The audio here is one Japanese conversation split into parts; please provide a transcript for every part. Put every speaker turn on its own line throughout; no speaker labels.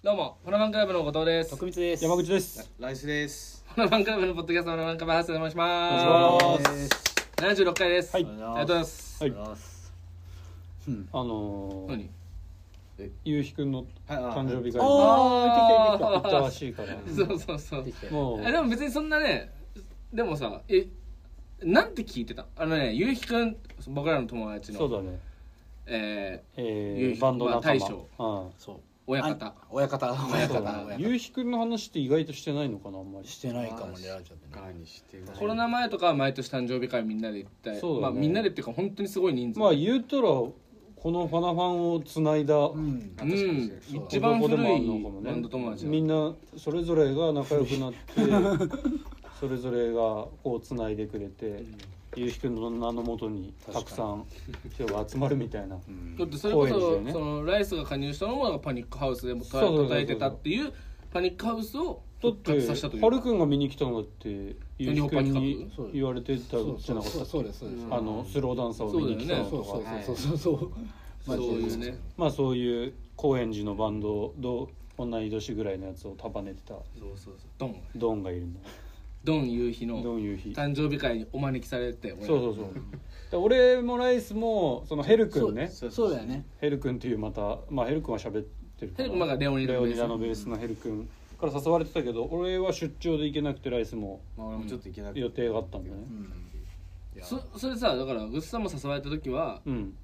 どうも、ホラマンクラブの後藤です。
徳光です。
山口です。
ライスです。
ホラマンクラブのポッドキャスト、ホラマンクラブハウスでお願いし
お願
ま
いし
す。
す。
七十六回です。
は
あ
い
りがとうございます。
はい
ありがとうございます
あのー、
何？
ゆうひくんの
はいあ
誕生日会行
あ ー
ったらしいから。
そうそうそう
で。きたよ
もう
えでも別にそんなね、でもさ、え、なんて聞いてた？あのね、ゆうひくん、僕らの友達の、
そうだね。
えゆう
え
ひ
ー、バンド
まあ
仲
大
間。
将
うん
そう。
ー、親方。
あ親方。親
そう
方
だ。ね。ゆうひくんの話って意外としてないのかなあんまり。
してないかもね、ラジオでね。
ガーにして
コロナ前とかは毎年誕生日会みんなで行ったり、
そうだね
まあみんなでっていうか本当にすごい人数。
まあ言うたらこのファナファンをつないだ。
うん。
う
確かに
ん、
そう
一番古い
どこでもあんのかもね
バンド友達だ。
みんなそれぞれが仲良く なって。それぞれがこうつないでくれて、ゆうひくんの名のもとにたくさん人が集まるみたいな。
だってそれこ
高円寺だ
そ,、
よね
そのライスが加入したのもなんかパニックハウスでもた
そうそうそうそう
叩いてたっていうパニックハウスを
だ
復
って
活させたという
はるくんが見に来たのだってゆうひくんに
そう
言われてたじゃなかった
そうです。そうです。
あのスローダンサーを見に来たの
そ
そ
と
う
か
そうそうそうそ
そ
う。
ういうね
まあそういう高円寺のバンドと同い年ぐらいのやつを束ねてた
そうそうそうドン
ドンがいるの
ドン夕日
ド
の
ン夕日
誕生日会にお招きされて俺
そうそうそうで俺もライスもそのヘル
そ
君
う
ね
そうそうだよね。
ヘル君っていうまたまあヘル君は喋ってる
ヘ
か
ル
ら
君まだレオニダ
レ
の
オ
ベー
ニ
ス
ダのベースのヘル君から誘われてたけど俺は出張で行けなくてライスも
まあ俺もちょっといけなくて
予定があったんだね
うん。
そそれさだからグッズさんも誘われた時は
うん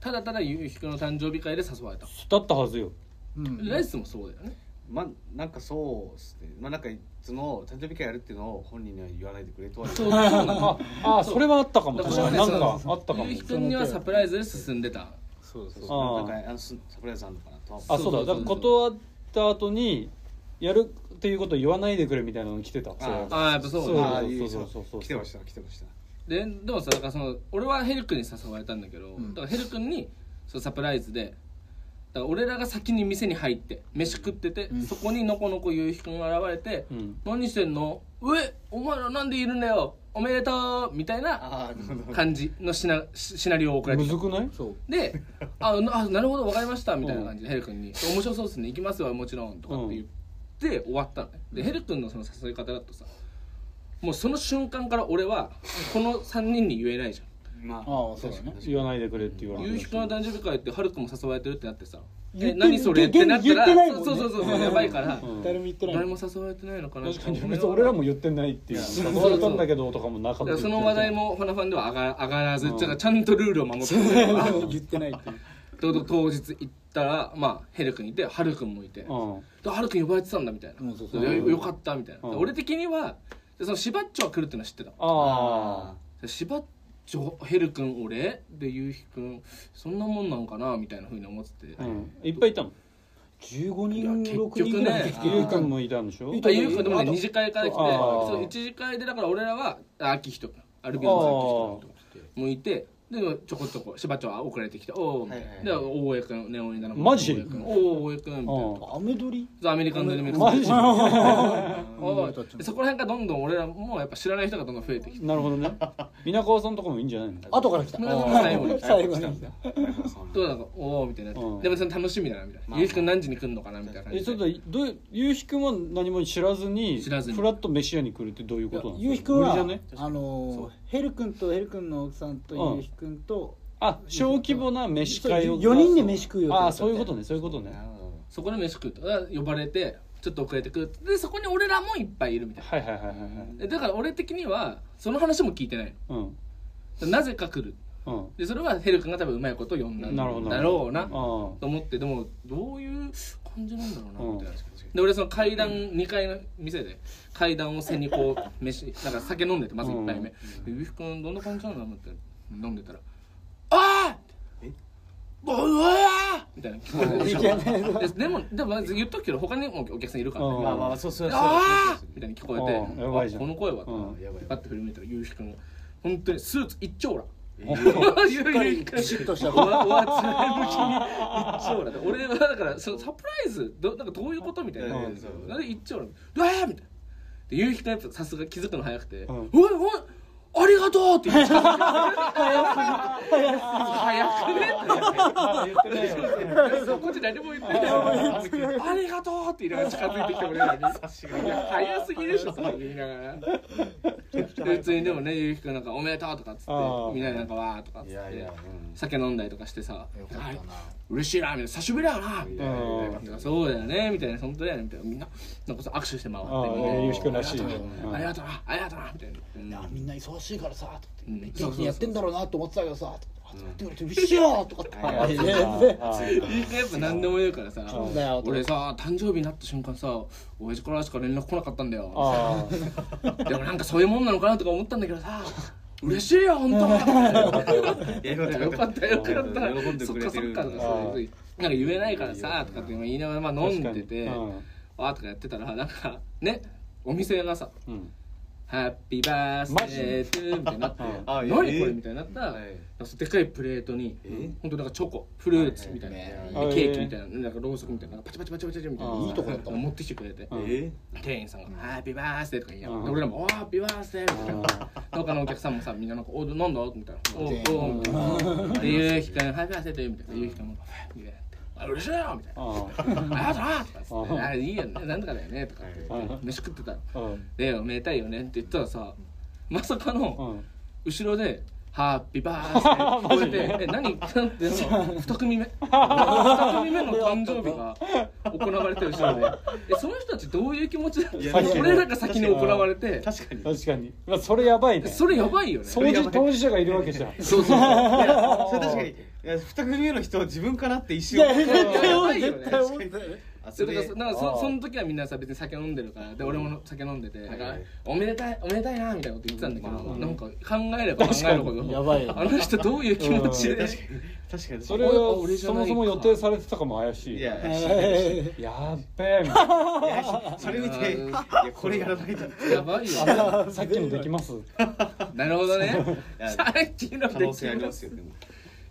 ただただ夕日くんの誕生日会で誘われた、
だったはずよ
うん。
ライスもそうだよね
まあなんかそうっすね。まあなんかいつも誕生日会やるっていうのを本人には言わないでくれとは言って
そうそうな
あ
の
あそれはあったかも
だ
確
から
かに
ね
なんかあったかも
夕日くんにはサプライズで進んでた
そうそう。
な
あ
ん
ー
かあのすサプライズあんのかなとは思
あ
う
そうだだから断った後にやるっていうことを言わないでくれみたいなの来てた
あ
ああやっぱそう
そう
だ
ああいい
そうそうそう
来てました来てました
ででもさだからその俺はヘル君に誘われたんだけど、
ん
だからヘル君にそのサプライズでだから俺らが先に店に入って飯食ってて、そこにのこのこゆうひくんが現れて「
うん
何してんのうえお前らなんでいるんだよおめでとう!」みたいな
ああなるほど
感じのシナシシナリオを送られ
む
てき
ず
た
くない
そう。
で「あなあなるほど分かりました」みたいな感じでヘル君に「面白そうですね行きますよもちろん」とかって言って終わったのねでヘル君のその誘い方だとさもうその瞬間から俺はこの3人に言えないじゃん
まあ
ああそうだね
確かに
言わないでくれって言われ
ゆうひくんの誕生日会ってはるくんも誘われてるってなってさ「
言って
え何それ?」ってなったら
言ってないもんね
そうそうそうそうやばいから、
誰も言ってない
誰。も誘われてないのかな
確かに別に俺らも言ってないっていう誘われたんだけどとかもなか
だか
った
らその話題もファナファンでは上が上がらず、だからちゃんとルールを守って
言ってないっていう。
とと当日行ったらまあヘル君いてはるくんもいて、
うん
でハル君呼ばれてたんだみたいな、
うんそうそう
でよよかったみたいな、
うん
で俺的にはでそのしばっちょは来るってのは知ってた
あ
でしばっちょヘル君俺でゆうひくんそんなもんなんかなみたいなふうに思ってて、
あうんいっぱいいたの
十五人
いや
六人ぐらい
結
ゆうひくんもいたんでしょ
いた
あゆうひくんでもね
あ
二次会から来て
あー
そう一次会でだから俺らはあ秋人アルビオンズ秋人もいてでちょこちょこしばっちょは遅れてきておおみたいな、
はいはい
で大江君ネオンだな
マジ
おお大江君みたいな
う
アメ撮り。
そうアメリカンドリーム
マ ジな
おいでそこら辺がどんどん俺らもやっぱ知らない人がどんどん増えてきて
るほどね皆川さんとかもいいんじゃないの
後から来た。
最後に
最後に。
どうなんかおおみたいな、
うん
でもそれ楽しみだなみたいな、ゆうひくん何時に来るのかなみたいな感
え
じ
ちょっ
で
とどうゆうひくんは何も知らずに
知らずに
フラッと飯屋に来るってどういう
い
こ
や
となの
ゆうひくんは
無理じゃね
あのーヘル君とヘル君の奥さん
う
と
ん
ゆうひくんと
あ小規模な飯会を
そう四人で飯食うよ
ああそういうことねそういうことね
なるほど
そこで飯食うとだから呼ばれてちょっと遅れてくるでそこに俺らもいっぱいいるみたい
はいはいはいはいはい
なでだから俺的にはその話も聞いてない
うん
のなぜか来る
うん
でそれはヘル君が多分うまいこと呼んだんだ
なる
ろ
ほ
う
ど
な
ああ
と思ってでもどういう感じなんだろうなみたいな、
うん
で俺その階段2階の店で階段を背にこう飯なんか酒飲んでてまず1杯目「ゆうひくんどんな感じなの?」って飲んでたら「あー
え
うわー!」みたいな聞こえて
いやね
ででもでもまず言っとくけど他にもお客さんいるから、
うん
まあまあまあそうそうそう
ああ
そう
みたいに聞こえて
うんやばいじゃん
あこの声は、
うん
やばい
パッて振り向いたらゆうひくん本当にスーツ一丁羅
えー
しっ
しっかりピシッとした
おわおわつら向きに一丁羅で俺はだからそのサプライズどなんかどういうことみたいな
うんそう
なんで一丁羅うわーみたいなでゆうひくんやっぱさすが気づくの早くて「
ん
おいおいあありがとうって言っちゃう早くねってそこで何も言ってないありがとうって言いながら近づいてきて俺らにいや早すぎでしょそれ言いながら で普通にでもねゆうきくんなんか「おめでとう」とかっつって
あー
みんなでなんか「わー」とかっつっ
いやい
て
や、うん
酒飲んだりとかしてさ
よ
「
かったな
嬉しいな」みたいな「久しぶりだよな」みたいな。
うん
なんかそうだよねみたいな本当だよねみたいなみんななんかさ握手して回って
ああ
みんな
ゆうきくんらしいね
ありがとうなありがとうなみたいなうん
いや みんな忙しいからさとか
うん
って
そうそうそう
やってんだろうなと思ってたけどさとかって言われて嬉しいよとかって
はい
あー
ゆうきくんやっぱ何でも言うからさ
そう
だよ
俺さ誕生日になった瞬間さ親父からしか連絡来なかったんだよ
あー
でもなんかそういうもんなのかなとか思ったんだけどさ嬉しいよ本 当
いやよ
よかったよかった
喜んで
そっ
く
かそ
れて
っ
る
かとかそういうなんか言えないからさとかって言いながらまあ飲んでて
確かに
わーとかやってたらなんかねお店がさ
うんうん
ハッピーバースデートゥーみたいになって
うん
あ
何
え
こ
え
れみたいになったら
は
ないんかそうでっかいプレートに
え
本当なんかチョコフルーツみたいな
はいはい
で
はい
ケーキみたいななんかろうそくみたいなパチパチパチパチパチみたいない
いと
こだった
持ってきてくれて
うん
え
店員さんが「ハッピーバースデー」とか言いながら
うん
で俺らも「おーハッピーバースデー」みたいな他のお客さんもさみんななんか「おなんだ?」みたいな「お
全員
おみたいなで「ゆうきくんハッピーバースデー」ってみたいなゆうきくんも「みたいな「あ嬉しいよ」みたいな
あ
「ありがとうな」とかっつっ
うん
てあ「いいよねなんとかだよね」とかって言って
うん
飯食ってたら
ーうん
「でおめでたいよね」って言ったらさまさかの「
うん
後ろで「ハッピーバースデー」って聞こえてえ何なんて2組目2組目の誕生日が行われてる人でえその人たちどういう気持ちだった
いや
のそれなんか先に行われて
確かに
確かにまあそれやばいね
それやばいよね
当事当事者がいるわけじゃん
そうそうそういや
それ確かにいや二組目の人は自分かなって一
い
瞬
や
思った
絶対思う
いやいやいや
絶対思ってない
あそ
そ
れ
れ
で
だからそなんか
あー
そその時はみんなさ別に酒飲んでるからで俺も酒飲んでてだか
はい
ら
はい
「おめでたいおめでたいな」みたいなこと言ってたんだけど、
まあ
なんか考えれば考えるほ
や
ど
ばいよ
あの人どういう気持ちで、
確かに確かに
それ
は
を
あ俺じゃ
そ
ない
も
か
そも予定されてたかも怪しい
い
や
や
っべえみたいな
それ見て
うん
いやこれやらないと
やばいよね
さっきのできます
なるほどね
いや
さっきの
可能性ありますよでも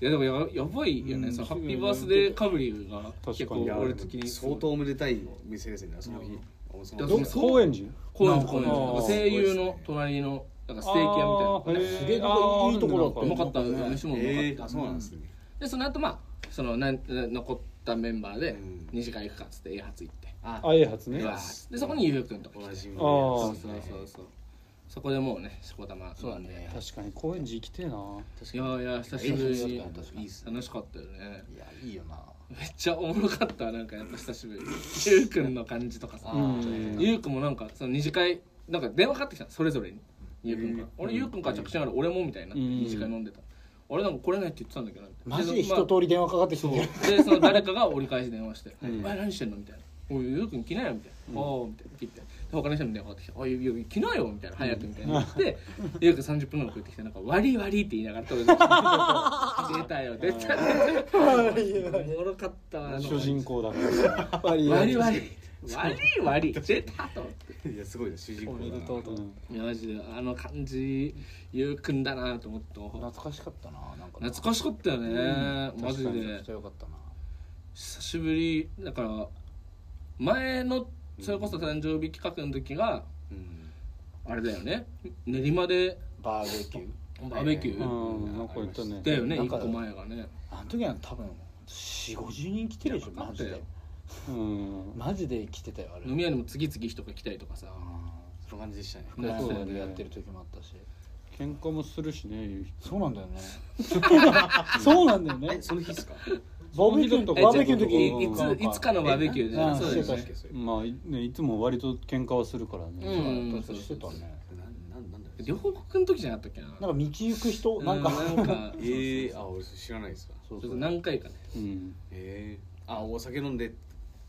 いやでもややばいよね、そのハッピーバースデーカブリーが結構
確かに
俺的に
相当おめでたい店ですよねその日その
いや
日
そう
高円寺
高円寺高円寺
あ
な
ー
んか声優の隣のなんかステーキ屋みたいなのがね
あーへー
すげえとこいいところだった
うまかった飯もうまかった、
えーあそうなんですね
でその後まあそのなん残ったメンバーで
うん
二次会行くかっつって A 発行って、
あ
あえ発ね
うわーでそこにゆうくんとか
同
来て
じ
あー
そう
で
そうそうそうそこでもうねしこたまそうなんで、ね、
確かに高円寺行きてえない
やいや久しぶり
い
に
いっすねいいっすね
楽しかったよね
いやいいよな
めっちゃおもろかったなんかやっぱ久しぶりにゆうくんの感じとかさ、
うん
ゆうくんもなんかその二次会なんか電話かかってきたのそれぞれにゆうくんから、俺ゆうくんから着信ある俺もみたいな、
うん
二次会飲んでた俺なんか来れないって言ってたんだけど
マジで一通り電話かかってき
そ
て
う
る
でその誰かが折り返し電話して「
うん
お前何してんの?」みたいな「おいゆうくん来なよ」みたいな「おお」みたいな切ってで他の人も電話かかってきて「おいゆうくん来なよ」みたいな「早く」みたいなでゆうくん30分ぐらい送ってきてなんか「割り割り」って言いながら撮る出たよ出たよおもろかったわあの
主人公だから
やっぱり
割り割り割り割り出たと思って
いやすごいね主人
お
公
めでとうと
うん
いやマジであの感じゆうくんだなと思って
懐かしかったななんかな
懐かしかったよね、マ
め
ジ
ちゃ
で
くちゃよかったな
久しぶりだから前のそれこそ誕生日企画の時が
うん
あれだよね練馬で
バーベキュー
バーベキュー
うんなんか言ったね
だよね
なん
一
か
個前がね
あの時は多分4 5 0人来てるでしょ
いや
マジ
だっ
で
て
うん
マジで来てたよあれ
飲み屋にも次々人が来たりとかさ
その感じでしたね
クラス
そうだね
でやってる時もあったし
喧嘩もするしね
そうなんだよね
そうなんだ よね
えその日ですか
バーベキューの時
えじゃあ
バーベキューの時
いいついつかのバーベキューで
えな
そうだよね
まあねいつも割と喧嘩はするから
う
ね
ん
そうしてたね
ななんなんだ
両国の時じゃなかったっけな
なんか道行く人なんか
うん なんか
えー、あ俺知らないですわ
そう
ち
そ
ょっ
う
と何回かね
うん
えー、あお酒飲んで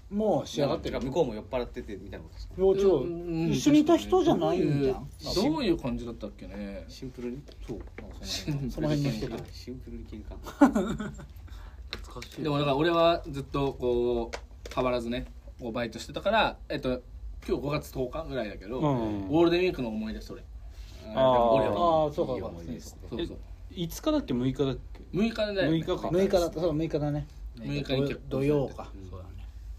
もう仕上がって
てか
る
向こうも酔っ払っててみたいなことですか
幼稚
う
園
ん
一緒にいた人じゃないんじゃん
どういうどういう感じだったっけね
シンプルに
そうなんかそ
その辺にして
う
た
ん
シンプルに喧嘩
の懐かしい
でもだから俺はずっとこう変わらずねこうバイトしてたからえっと今日5月10日ぐらいだけど、
うん
ゴールデンウィークの思い出それ
あ
あー
俺は
ああそうかそうか
そうそう
5日だっけ6日だっけ
6日だよね
6日か
6日だったそう6日だね
6
6日に結婚
土曜か
うん
そうだね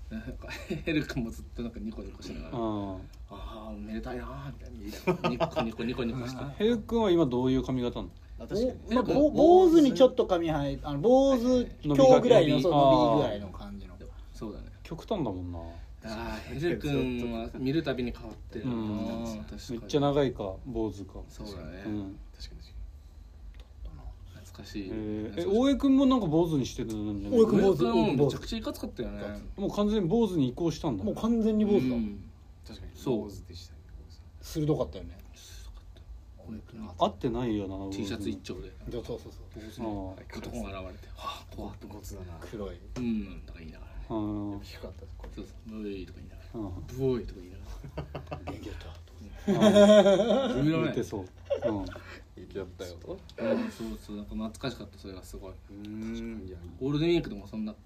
なんか ヘル君もずっとなんかニコニコしながら「あ
う
あーめでたいなー」みたいなニコニコニコニコして
ん。ヘル君は今どういう髪型なの？
あ確かにね
おまあぼ坊主にちょっと髪生えあの坊主今日ぐらいのそう伸びぐらいの感じの
そうだね
極端だもんな。
ああヘル君は見るたびに変わってるな
うん
確か
め
に
っちゃ長いか坊主か。
そうだね、
うん。
確かに確か
懐かしい
えーえ
懐かしい
大江君もなんか坊主にしてるんじゃない？
大江君
上
坊主
君はもうめちゃ
坊
くちゃいかつかったよね
もう完全に坊主に移行したんだ。
もう完全に坊主だ、
うん
に確かに
そう
坊主でしたね
鋭かったよね
すごかった大江君は
合ってないよな。坊主
T
に
シャツ一。丁で
そうそうそう
坊主
あ
の
ー
男が現れて「はあ怖っ
武骨だな
黒い
うん」とか言いながらね
うん。うん
低かったこ
そうそう「ブイ」とか言いながら「ブオイ」とか言いなが
れ元気だった
ら「ブイ
言
ら
っ
ね
て」そう。うん。
元気だったよ
うんそうそうなんか懐かしかったそれがすごいう
ーんいや
ゴールデンウィークでもそんな
は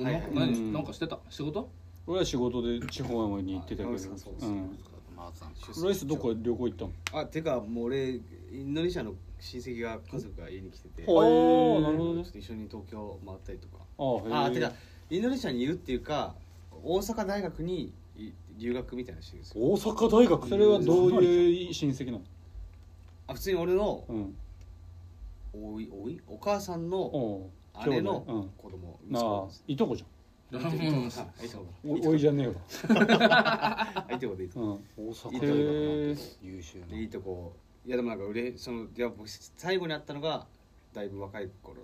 いはい
な
うん
何なんかしてた仕事
俺は仕事で地方に行ってたけど。
あそうそうそう
うん。
マーさん
ライスどこか旅行行ったの？
あてかもう俺インドネシアの親戚が家族が家に来てて
ほう
ああなる
ち
ほど
ょ
ね
っ。と一緒に東京回ったりとか
あ
あ
あ
てかインドネシアにいるっていうか大阪大学にい留学みたいなのしてるんですよ
大阪大学
それはどう
う
いう親戚なの？
あ普通に俺の
うん。
おいおいお母さんの
おう
姉
兄弟う
の
ん
子供息
な
子
あ
です
いとこじ
うん
あいとこ
ゃんおおいじゃねえわ
あいとこでいいとこ
うん
大
いい
阪
とこだ
へ
な
え
優秀
でいいとこいやでもなんかうれそのいや僕最後に会ったのがだいぶ若い頃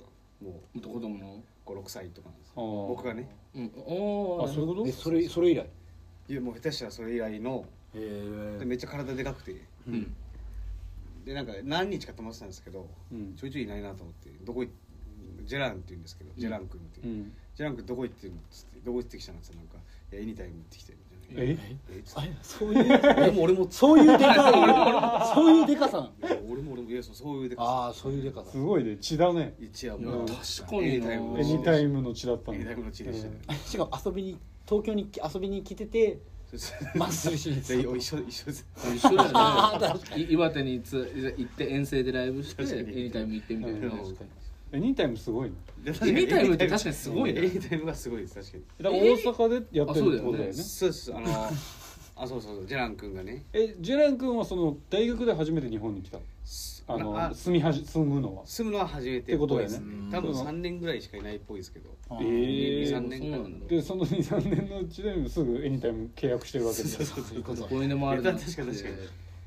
もう
男どもの
56歳とかなんですよ
あー
僕がね
うんお
あそういう
こ
こと
えそれそれ以来へ
いやもう下手したらそれ以来ので
え
めっちゃ体でかくて
うん
でなんか何日か泊まってたんですけど
うん
ちょいちょいいないなと思ってどこ行っジェランって言うんですけど、ジェラン君っていう、
うん
ジェラン君どこ行ってるのっつってどこ行ってきたのっつってなんか「いやエニタイム行ってきて」みたいな
え
えっつっ
あ
て
れそういう
俺も俺も
そういうでかいそういうでかさなの
いや俺も俺もいやそうそういうでか
ああそういうでかさ
すごいね血だね
一夜
い
も
や
う
確かにな
エニタイム
エニタイムの血だった
エ
ん
ニ
だ
タイムの地でしたね、
しかも遊びに東京に遊びに来てて
そうそう
マッスルしに
で一緒一緒です
一 緒だよねい岩手につ行って遠征でライブしてエニタイム行ってみたいなね
確かに
エニタイムすごいね
で確か
エ
に
ニタイムって確かにすごい
エ
ね
ニタイムがすごいです確かに
だから大阪でやってるって
あそ
こ
う
と
だよ
だよね
そうですあのあそうそうそうジェラン君がね
えジェラン君はその大学で初めて日本に来たの
す
あ
なあ
の住みはじ住むのは
住むのは初めて
ってことだよね
っぽいです
うん
多分3年ぐらいしかいないっぽいですけど
あ
え
23
ー
年
そうな
間
んだ
でその23年のうちですぐエニタイム契約してるわけじゃん
そうそうそう
こういうのもあるなって
確かに確かにい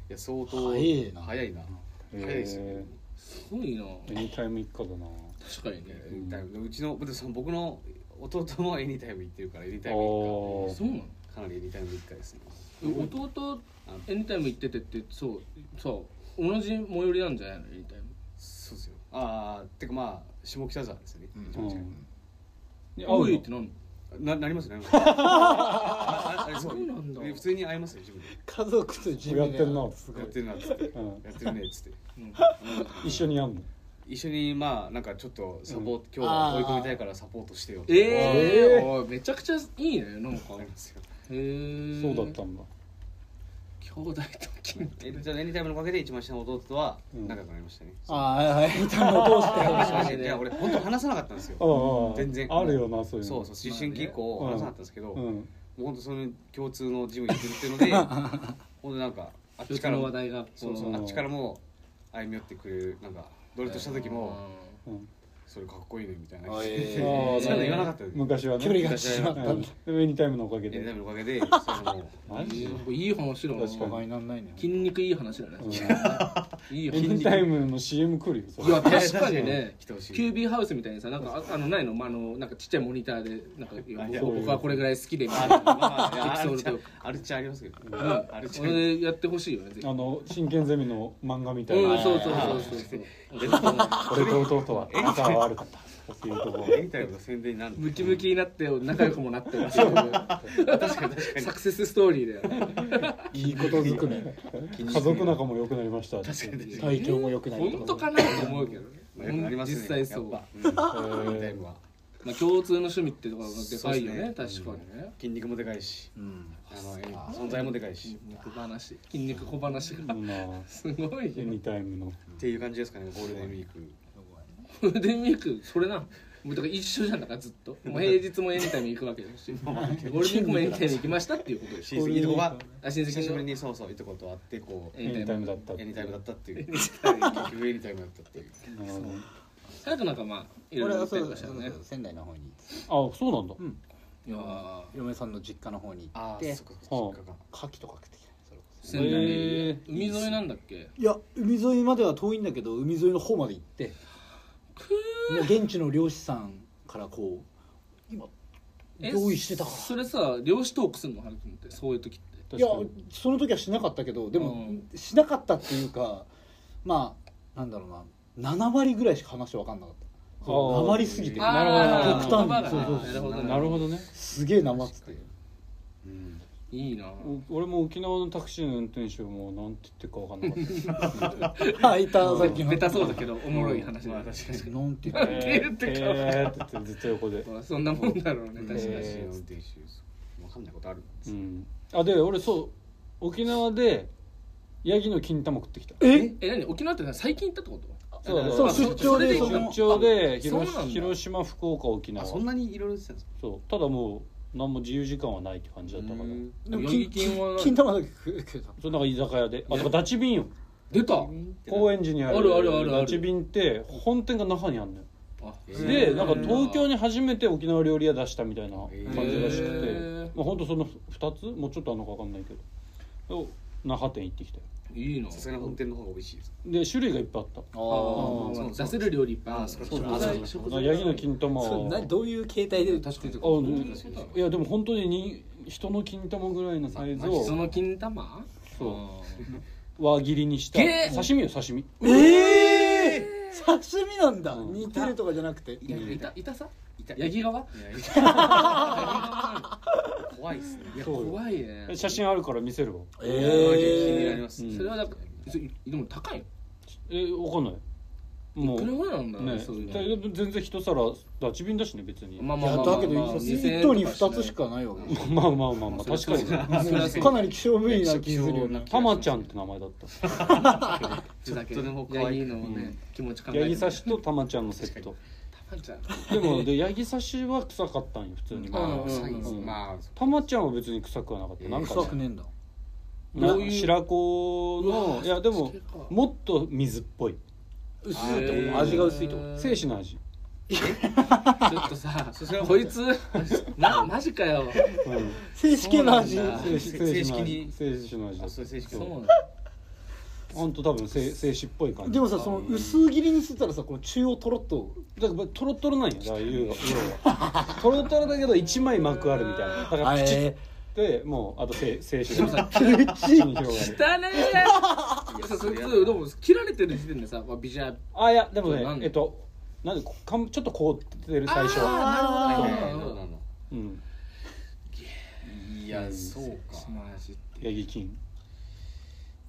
や相当
早いな
早いな
へえ
早いですよね
すごいな
エニタイム一家だな
確かにね
エニタイムうちのその僕の弟もエニタイム行ってるからエニタイム行
おー
そうなの
くかなりエニタイム行くかですね
え弟エニタイム行っててってそうそう同じ最寄りなんじゃないのエニタイム
そうですよああてかまあ下北沢ですよね、
う
一番
んで会う
おいっ
の
てなんの
近いななりますなりますあああれそう
そうなんだ
普通に会いますよ自分で
家族と自分
やってんな
すご
や
い
ってるなっつって
うん
やってるねっつって
うん
一緒にやんの
一緒にまあなんかちょっとサポート、今日は追い込みたいからサポートしてよ
え
えー
えおいめちゃくちゃいいねなんか
ありますよ
へえ
そうだったんだ
兄弟と金
えじゃあエニタイムのおかげで一番下の弟とは
うん
仲良くなりましたね、
ああはいはい歌のを通して
マ
話
ジ
し
マ
ま
ジ
し
いや俺本当話さなかったんです
あ
よ
あああ
全然
あるよなそういう
そう
の
そう思春期以降
まあね
話さなかったんですけど、も
ん
う本当その共通のジム行ってるっていうのでほんでなんかあっ
共通
ちから
の
も
話題が
そうそううんあっちからも歩み寄ってくれるなんかドリとした時も
うん
それかっこいいねみたいな
あ
そう
え
い
ー
うの言わなかったよね
昔は ね
距離が縮まった
うんん
だ
でもエニタイムのおかげ
エニタイ
で
ムのおかげでそういうのも
マジで
うんいい話だな
確か
互いになんないね
筋肉いい話だね
うん
いい
エ
話
ニタイムの CM 来るよそ
い
れ
や確かにね
来てほしい
キュービーハウスみたいにさなんかああのないの,、まあ、あのなんかちっちゃいモニターでなんか
いや
僕僕はこれぐらい好きでみたい
まあ
な
まあいや
エピソードと
あるっちゃありますけど、ね
うん
あるっち
そ
ゃあります
れでやってほしいよねぜひ
あの真剣ゼミの漫画みたい
うん
な
そうそうそうそうそう
俺と弟は仲は悪かったっていうところ
エニタイムの宣伝になる
ムキムキになって仲良くもなってます確かにサクセスストーリーだよね
いいことずくめ
家族仲も良くなりましたって
確かに
体調も良くない
本当かなと思うけどね
まあよくなりますね
実際そう
やっ
ま
ぱ、うん
へー
エニタイムは
あ共通の趣味ってところがでかいよね
そう
確かにね
筋肉もでかいし
うん
あのエニ存在もでかいし
筋肉話筋肉小話が
うんます
ごい
あエ
よ
ニタイムの
っていう感じですかねゴールデンウィーク
ゴールデンウィークそれなもうだから一緒じゃんだからずっともう平日もエンタイム行くわけだしゴールデンウィークもエンタイム行きましたっていうことでしょ
親戚いとこが
あ親
久し
戚
ぶり
の
にそうそういとこと会ってこう
エンタ
エ
イ
ンタイ
ム
ムだったって
エ
い
ニ
う
タイムだったっていう結局エニタイムだったっていう
なるほど
早くなんかまあいろいろ
俺
や
は
った
そ
り
う
とか
だ
し
したた
らね
ね仙台の方に
あそうなんだ、
いやー
嫁さんの実家の方に行
あ
っ
あ
て
そっかそっか
牡蠣とか食ってきたそれこそ
仙台
へ
に
ー
海沿いなんだっけ
いや海沿いまでは遠いんだけど海沿いの方まで行ってもう現地の漁師さんからこう今
え
用意してたか
それさ漁師トークすんの春君ってそういう時って
らいや
確かに
その時はしなかったけどでも、
うん
しなかったっていうかまあなんだろうな7割ぐらいしか話分かんなかったそう
あー
なまりすぎて
あーなるほど
ー
極
端に
言葉がね
そうそうそ
なるほ
う
どね
なるほどね
すげえなまってて
うん
いいな
お俺も沖縄のタクシーの運転手もなんて言ってるかわかんなかっ た
あいたさっきの
ベタそうだけどおもろい話だ
まあ
ね
確かに
なんて言って
なんて言ってるかわかんない
えーって言ってずっと横で、
まあそんなもんだろうね確かに
えー運転手わかんないことある
うん、あで俺そう沖縄でヤギの金玉食ってきた
え
え何沖縄って最近行ったってこと
そう
そう
あ
出張で
そ
そ
れで
の
出張で
そうなん
広
だ
広島福岡沖縄
あそんなにいろいろしてたんですか
そうただもう何も自由時間はないって感じだったから
うん
でも
金
金
金は
金玉だけ食うけど
そうなんか居酒屋であだからダチ便よ
出た
高円寺にある
あるあるあるある
ダチ便って本店が那覇にあるのよ
へー
でなんか東京
に
に初めて沖縄料理屋出したみたいな感じらしくて、
へー
まあ、ほんとその2つもうちょっとあるのか分かんないけど那覇店行ってきたよ
いいな
さすがに本店の方が美味しいです
で種類がいっぱいあった
あ
あ
ー
あ
そうそう
出せる料理いっぱいある
あそう
食
あそう
材食材
ヤギの金玉
それ
は
何どういう形態で
確かに
あうん
そうだろ
いやでも本当にに人の金玉ぐらいのサイズ
そ
を
の金玉
そう
あー
輪切りにした
げー
刺身よ刺身
ええ刺身なんだ
うん
似てるとかじゃなくて
いやいたいたさ
痛い
ヤギ側
いや痛い怖いですね
いや
そう よ
怖いね
写真あるから見せるわ
え
気になり
え
ます
うん
それはだからそれでも高い
えわかんないも
これ
う
ぐらいなんだ
ね
そういう
だ
の
いぶ全然一皿ダチ瓶だしね別にま
まあ
い
まあま
や
あ
だ
まあ
けど一頭に二つしかないわけ
あまあまあまあ、まあ、確かにね
そりゃそう
かなり希少部位な気するよね
ハマちゃんって名前だっ
ちょっとだけ
ずっとでも可愛い
ヤギのね気持ち考
た
えて
ヤギ刺しとタマちゃんのセット
たまちゃん
でもでヤギ刺しは臭かったんよ普通に
まあ
ま
う
あ
ん
サイズ
うん
まあ
タマちゃんは別に臭くはなかった、なんか
臭く
ね
ねえんだ
な
どういう
白子
う
の
わ
いやでも
それか
もっと水っぽい
薄
いってこと
味が薄いってこ
えー
と
精子の味
ちょっとさ
それは
こいつなマジかよ
うん
正式な味
そうなんだ
精子精子の
正式
味
に
精子の味だ
あそういう正式
そうなん
な
だ
本当多分精精子っぽい感じ
でもさその薄切りにしてたらさこの中央とろっと
だからトロトロなんよだから言うよ要はトロトロだけど一枚膜あるみたいなだからプチっ
え
てもうあと精精子が口に広が
汚
る
ねえさそいつでも切られてる時点でさまあビジュアル
あいやでも
そうなん
ね
だ
えっとなんでこかんちょっと凍ってる最初
あーなるほどなる
る
ほど
ほどなるほ
うん
どいやそうか
マジ
ヤギ菌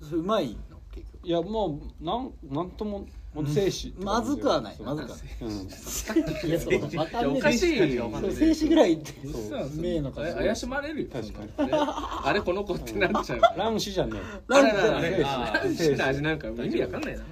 ーうまいの結局
いやもうなんなんともほんと精子って
ま
感じ
ず
だよ
くはない
そう
まずくはない
うん
いやそうだわかんねえ
おかしいよ
そう静止ぐらいって
そう
う迷の数
あ怪しまれるよ
確かに
そんなのねあれこの子ってなっちゃうから
ラムシじゃね
あららら
あれあ
ラムシの味なんか意味わかんないな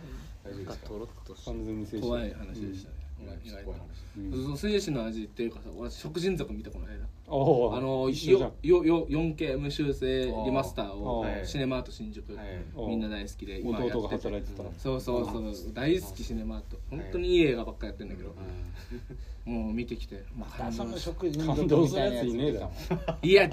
大丈夫ですか
とろっと
え完全に精子
怖い話でしたね意外と
怖い話
うん
その精子の味っていうかさ俺食人族見たこの間
お
あの
一緒じゃん
よよよ 4K 無修正リマスターを
あ
ー
シネマート新宿、
はい
みんな大好きで今や
弟が
って
働
て
いてたら
そうそうそう大好きシネマート本当にいい映画ばっかやってんだけど、もう見てきて、まあ、感
その
動し
食事
感動するやついねえだろ
いや違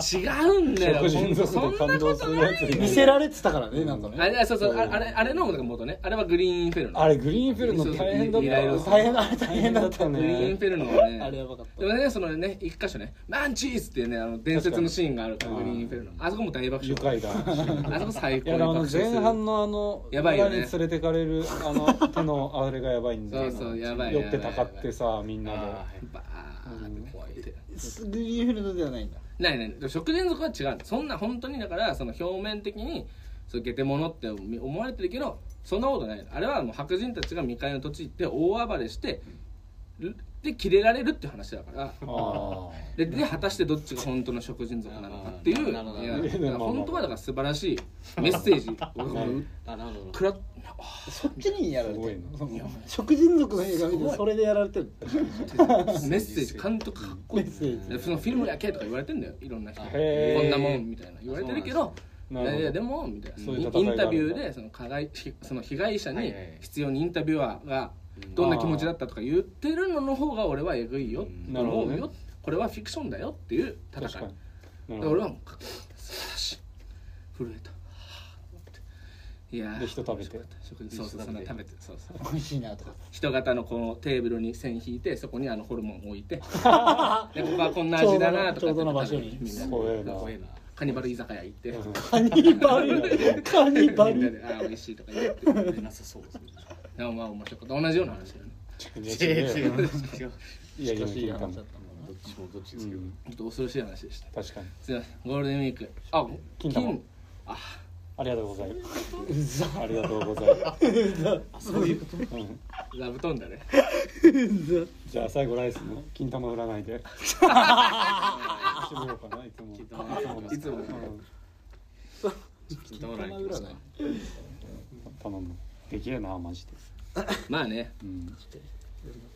うんだよ
食人族
そんな
で感
こ
動
と
する
な
やつ
い
い
見
ね
せ
え
られてたからねなんか
あ
ね
れそうそうあれあれあれの元ねあれはグリーンインフェルノ
あれグリーンフェルの大変だった
そう
大変あれ大変だった
グリーン
ね
フェルノはね
あれやばかった
でもねそのね一箇所ね「マンチーズ!」っていうねあの伝説のシーンがあるから
確
グ
か
リー
に
ンインフェルノあそこも大爆
愉
笑
快だ
あそこ最
い
高
や
に
でもあ
爆笑
の
する
前半のあの
やばいよね
裏に連れてかれるあの手のあれがやばいんだよ
そうそうやばい
酔ってたかってさみんなで
あ
バーって怖いって
グリーンフィールドではないんだ
ないないでも食連続は違うそんな本当にだからその表面的にそうゲテモノって思われてるけどそんなことないあれはもう白人たちが未開の土地行って大暴れしてで切れられるって話だ から
あ
でで果たしてどっちが本当の食人族なのかっていう
なるほど
いや
な
るほど
本当はだから素晴らしいメッセージ
はい
を
あなるほど
くら
そっちにやられてる
す
その食人族の映画見
すご
て
い
それでやられてる
メッセージ監督かっこい
メ
い
ッセージ
でそのフィルムやけとか言われてんだよいろんな人に
へ
こ
ー
んなもんみたいな言われてるけどい
なる
や
ほ
い
ど
やでもみたいな
そういう戦
イ
い
ン
があるんだ
タビューでその加害その被害者
はい
に
はい
必要にインタビュアーが
うん
どんな気持ちだったとか言ってるのの方が俺はえぐいよ
うん
と思
な
う
るほど
よこれはフィクションだよっていう戦い
確かになる
で
ほ
俺
ど
はもうかっこよかった素晴らしい震えたはぁと思っていやー
で人食べて
食事そうそうそんな食べてそうそう
美味しいなとか
人型のこのテーブルに線引いてそこにあのホルモン置いてでここはこんな味だなとか
ちょうどの場所に
みんな
怖えな
怖いな
カニバル居酒屋行って
カニバルカニバ
みんな
ル
でああ美味しいとか言って
食べなさそうですね
でもまあ面白かった同じような話だよね
違う違う違う
いやいや
難しい
いや
話だっ
どっちもどっち
う
ですけど
ん
ちょっと恐ろしい話でした
確かに
すいませんゴールデンウィークあ
金玉
金
ありがとうございます
たうざ
ありがとうございます
あそういうこと
うん
ラブトンだね
じゃあ最後ライスの金玉売らないで締めようかないつも
金玉
いつも
うん
金玉占い行きますか
頼むできるなマジで、
まあね
うん、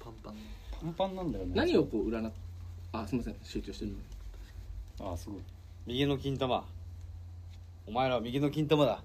パンパン
パンパンなんだよね
何をこう占っあすみません集中してる
あすごい
右の金玉お前らは右の金玉だ